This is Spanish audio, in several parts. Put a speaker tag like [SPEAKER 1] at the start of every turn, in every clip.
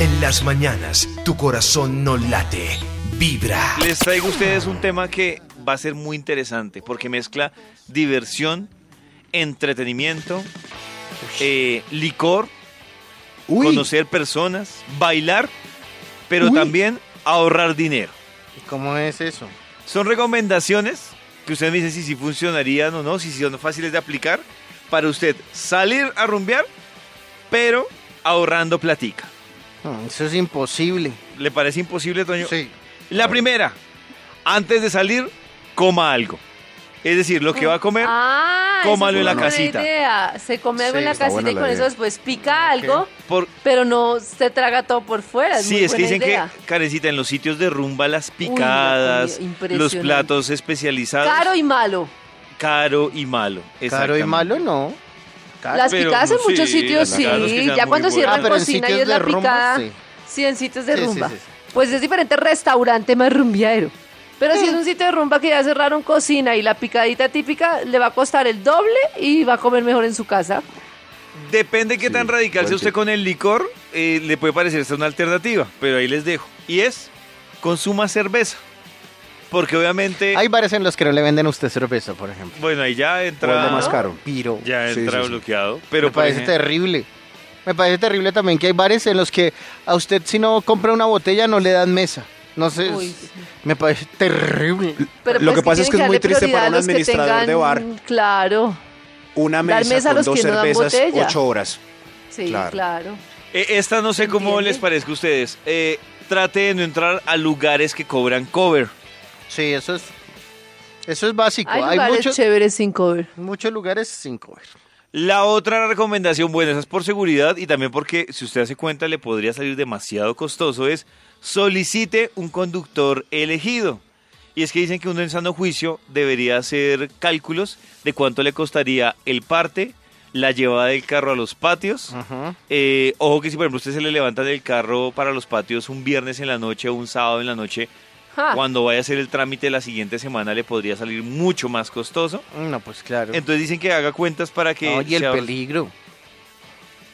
[SPEAKER 1] En las mañanas, tu corazón no late, vibra.
[SPEAKER 2] Les traigo a ustedes un tema que va a ser muy interesante porque mezcla diversión, entretenimiento, eh, licor, conocer personas, bailar, pero también ahorrar dinero.
[SPEAKER 3] ¿Y cómo es eso?
[SPEAKER 2] Son recomendaciones que ustedes me dicen si, si funcionarían o no, si son fáciles de aplicar para usted salir a rumbear, pero ahorrando platica.
[SPEAKER 3] Mm, Eso es imposible.
[SPEAKER 2] ¿Le parece imposible, Toño?
[SPEAKER 3] Sí.
[SPEAKER 2] La primera, antes de salir, coma algo. Es decir, lo que va a comer,
[SPEAKER 4] Ah, esa
[SPEAKER 2] cómalo
[SPEAKER 4] fue
[SPEAKER 2] en la
[SPEAKER 4] una buena
[SPEAKER 2] casita.
[SPEAKER 4] idea. Se come algo
[SPEAKER 5] Sí,
[SPEAKER 4] en la
[SPEAKER 5] está
[SPEAKER 4] casita
[SPEAKER 5] buena
[SPEAKER 4] y
[SPEAKER 5] la
[SPEAKER 4] con
[SPEAKER 5] idea.
[SPEAKER 4] eso después pica algo,
[SPEAKER 2] por,
[SPEAKER 4] pero no se traga todo por fuera. Es
[SPEAKER 2] Sí,
[SPEAKER 4] muy
[SPEAKER 2] es que
[SPEAKER 4] buena
[SPEAKER 2] dicen
[SPEAKER 4] idea.
[SPEAKER 2] que, Carecita, en los sitios de rumba, las
[SPEAKER 4] Uy, no,
[SPEAKER 2] picadas,
[SPEAKER 4] Dios mío,
[SPEAKER 2] los
[SPEAKER 4] impresionante.
[SPEAKER 2] platos especializados.
[SPEAKER 4] Caro y malo.
[SPEAKER 2] caro y malo.
[SPEAKER 3] Caro y
[SPEAKER 2] exactamente.
[SPEAKER 3] malo no. Caro.
[SPEAKER 4] Las
[SPEAKER 2] Pero,
[SPEAKER 4] picadas en
[SPEAKER 2] sí,
[SPEAKER 4] muchos sitios
[SPEAKER 2] las
[SPEAKER 4] sí.
[SPEAKER 2] picadas que sean
[SPEAKER 4] Ya
[SPEAKER 2] muy
[SPEAKER 4] cuando
[SPEAKER 2] buenas.
[SPEAKER 4] cierran
[SPEAKER 2] Ah,
[SPEAKER 3] pero en
[SPEAKER 4] cocina y
[SPEAKER 3] sitios
[SPEAKER 4] es la
[SPEAKER 3] de rumba,
[SPEAKER 4] picada.
[SPEAKER 3] sí.
[SPEAKER 4] Sí, en sitios de
[SPEAKER 3] Sí, sí,
[SPEAKER 4] rumba.
[SPEAKER 3] sí, sí.
[SPEAKER 4] Pues es diferente restaurante más rumbiadero. Pero
[SPEAKER 5] Mm.
[SPEAKER 4] si es un sitio de rumba que ya cerraron cocina y la picadita típica le va a costar el doble y va a comer mejor en su casa.
[SPEAKER 2] Depende qué
[SPEAKER 5] Sí,
[SPEAKER 2] tan radical sea
[SPEAKER 5] buen
[SPEAKER 2] usted
[SPEAKER 5] tip.
[SPEAKER 2] con el licor, eh, le puede parecer esta una alternativa, pero ahí les dejo. Y es, consuma cerveza. Porque obviamente,
[SPEAKER 3] Hay bares en los que no le venden a usted cerveza, por ejemplo.
[SPEAKER 2] bueno, ahí ya
[SPEAKER 5] ¿Cuál es
[SPEAKER 2] entra,
[SPEAKER 5] lo más caro?
[SPEAKER 3] Piro.
[SPEAKER 2] ya
[SPEAKER 5] Sí,
[SPEAKER 2] entra
[SPEAKER 5] sí, sí.
[SPEAKER 2] bloqueado. Pero
[SPEAKER 3] Me parece
[SPEAKER 2] por ejemplo-
[SPEAKER 3] terrible. Me parece terrible también que hay bares en los que a usted si no compra una botella no le dan mesa. No sé,
[SPEAKER 4] Uy,
[SPEAKER 3] es- me parece terrible.
[SPEAKER 4] Pero pues,
[SPEAKER 5] Lo que pasa es
[SPEAKER 4] tienen
[SPEAKER 5] que es
[SPEAKER 4] darle
[SPEAKER 5] muy triste para
[SPEAKER 4] prioridad a
[SPEAKER 5] un
[SPEAKER 4] los que
[SPEAKER 5] administrador de bar.
[SPEAKER 4] Claro,
[SPEAKER 5] Una
[SPEAKER 4] Dar
[SPEAKER 5] mesa,
[SPEAKER 4] mesa a
[SPEAKER 5] con
[SPEAKER 4] los
[SPEAKER 5] dos
[SPEAKER 4] que no dan
[SPEAKER 5] cervezas,
[SPEAKER 4] botella.
[SPEAKER 5] ocho horas.
[SPEAKER 4] sí,
[SPEAKER 5] Claro.
[SPEAKER 4] claro.
[SPEAKER 2] Eh, Esta no sé cómo
[SPEAKER 4] ¿Entiende?
[SPEAKER 2] les parezca a ustedes. Eh, trate de no entrar a lugares que cobran cover.
[SPEAKER 3] Sí, eso es, eso es básico.
[SPEAKER 4] Hay
[SPEAKER 3] Hay,
[SPEAKER 4] lugares
[SPEAKER 3] muchos,
[SPEAKER 4] chéveres sin cover.
[SPEAKER 3] muchos lugares sin comer.
[SPEAKER 2] La otra recomendación, bueno, esa es por seguridad y también porque si usted hace cuenta le podría salir demasiado costoso, es solicite un conductor elegido. Y es que dicen que uno en sano juicio debería hacer cálculos de cuánto le costaría el parte, la llevada del carro a los patios.
[SPEAKER 3] Ajá.
[SPEAKER 2] Eh, ojo que si por ejemplo usted se le levanta del carro para los patios un viernes en la noche o un sábado en la noche,
[SPEAKER 4] Ja.
[SPEAKER 2] cuando vaya a hacer el trámite la siguiente semana le podría salir mucho más costoso.
[SPEAKER 3] No, pues claro.
[SPEAKER 2] Entonces dicen que haga cuentas para que...
[SPEAKER 3] No, y el
[SPEAKER 2] se ahor-
[SPEAKER 3] peligro.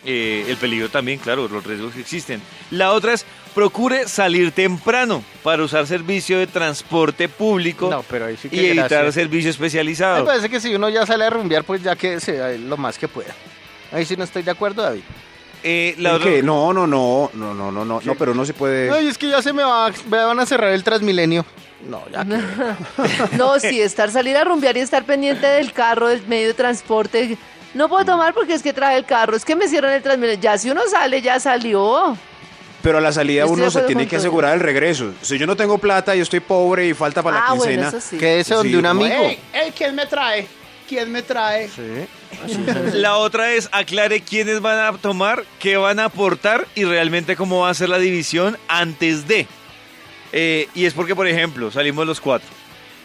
[SPEAKER 2] eh, el peligro también, claro, los riesgos que existen. La otra es, procure salir temprano para usar servicio de transporte público
[SPEAKER 3] No, pero ahí sí que
[SPEAKER 2] y evitar
[SPEAKER 3] gracias. pues,
[SPEAKER 2] servicio
[SPEAKER 3] Me
[SPEAKER 2] especializado.
[SPEAKER 3] parece que si uno ya sale a rumbear, pues ya que sea lo más que pueda. Ahí sí no estoy de acuerdo, David.
[SPEAKER 2] Eh, la
[SPEAKER 5] ¿El
[SPEAKER 2] otra-
[SPEAKER 5] qué? No, no, no, no, no, no, no, no, pero no se puede.
[SPEAKER 3] Ay, es que ya se me, va, me van a cerrar el Transmilenio. No, ya que...
[SPEAKER 4] No, sí, estar salir a rumbear y estar pendiente del carro, del medio de transporte. No puedo tomar porque es que trae el carro, es que me cierran el transmilenio. Ya si uno sale, ya salió.
[SPEAKER 5] Pero a la salida
[SPEAKER 4] Estoy de
[SPEAKER 5] uno se
[SPEAKER 4] acuerdo
[SPEAKER 5] tiene
[SPEAKER 4] con
[SPEAKER 5] que
[SPEAKER 4] todo.
[SPEAKER 5] asegurar el regreso. Si yo no tengo plata, yo estoy pobre y falta para
[SPEAKER 4] ah,
[SPEAKER 5] la
[SPEAKER 4] bueno,
[SPEAKER 5] quincena.
[SPEAKER 4] eso sí.
[SPEAKER 3] Quédese donde
[SPEAKER 5] Sí,
[SPEAKER 3] un
[SPEAKER 5] como,
[SPEAKER 3] amigo.
[SPEAKER 6] ¿quién me trae? ¿Quién me trae?
[SPEAKER 3] Sí.
[SPEAKER 2] la otra es, aclare quiénes van a tomar, qué van a aportar y realmente cómo va a ser la división antes de. Eh, y es porque, por ejemplo, salimos los cuatro.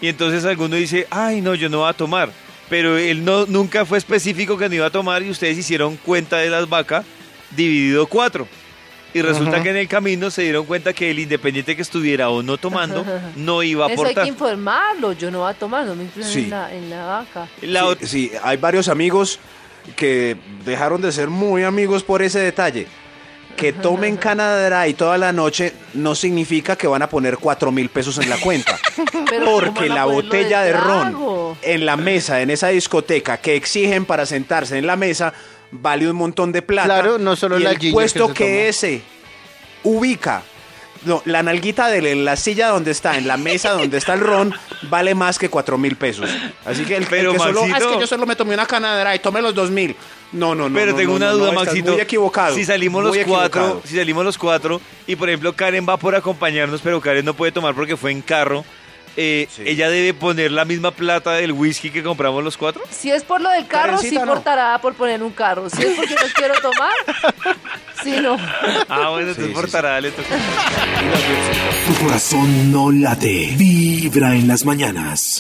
[SPEAKER 2] Y entonces alguno dice, ay, no, yo no voy a tomar. Pero él no, nunca fue específico que no iba a tomar y ustedes hicieron cuenta de las vacas dividido cuatro. Y resulta
[SPEAKER 3] Ajá.
[SPEAKER 2] que en el camino se dieron cuenta que el independiente que estuviera o no tomando no iba a
[SPEAKER 4] Eso hay que
[SPEAKER 2] aportar.
[SPEAKER 4] informarlo. Yo no voy a tomar, no me incluyen
[SPEAKER 5] Sí.
[SPEAKER 4] en, la, en la vaca.
[SPEAKER 2] La
[SPEAKER 5] sí,
[SPEAKER 2] ot-
[SPEAKER 5] sí, hay varios amigos que dejaron de ser muy amigos por ese detalle. Que tomen Canadá y toda la noche no significa que van a poner cuatro mil pesos en la cuenta.
[SPEAKER 4] Pero ¿cómo
[SPEAKER 5] Porque
[SPEAKER 4] van a
[SPEAKER 5] la
[SPEAKER 4] ponerlo
[SPEAKER 5] botella de ron
[SPEAKER 4] trago?
[SPEAKER 5] en la mesa, en esa discoteca que exigen para sentarse en la mesa, vale un montón de plata.
[SPEAKER 3] Claro, no solo
[SPEAKER 5] y
[SPEAKER 3] la
[SPEAKER 5] el
[SPEAKER 3] ginger
[SPEAKER 5] puesto
[SPEAKER 3] que
[SPEAKER 5] que,
[SPEAKER 3] se toma.
[SPEAKER 5] ese ubica. No, la nalguita de él en la silla donde está, en la mesa donde está el ron, vale más que cuatro mil pesos. Así que el, el
[SPEAKER 2] Pero,
[SPEAKER 5] que solo,
[SPEAKER 2] Maxito-
[SPEAKER 5] "Ah, es que yo solo me tomé una canadera y tomé los dos mil. No, no, no.
[SPEAKER 2] Pero
[SPEAKER 5] no,
[SPEAKER 2] tengo
[SPEAKER 5] no,
[SPEAKER 2] una
[SPEAKER 5] no,
[SPEAKER 2] duda,
[SPEAKER 5] no, estás
[SPEAKER 2] Maxito.
[SPEAKER 5] Muy equivocado.
[SPEAKER 2] Si salimos los
[SPEAKER 5] muy
[SPEAKER 2] cuatro,
[SPEAKER 5] equivocado.
[SPEAKER 2] si salimos los cuatro, y por ejemplo Karen va por acompañarnos, pero Karen no puede tomar porque fue en carro. eh,
[SPEAKER 5] Sí.
[SPEAKER 2] Ella debe poner la misma plata del whisky que compramos los cuatro.
[SPEAKER 4] Si es por lo del carro, sí
[SPEAKER 5] Karencita, no.
[SPEAKER 4] portará por poner un carro. Si es porque no quiero tomar, sí, no.
[SPEAKER 2] Ah, bueno, entonces
[SPEAKER 5] sí,
[SPEAKER 2] por
[SPEAKER 5] sí.
[SPEAKER 2] tarada le toca.
[SPEAKER 1] Tu corazón no late, vibra en las mañanas.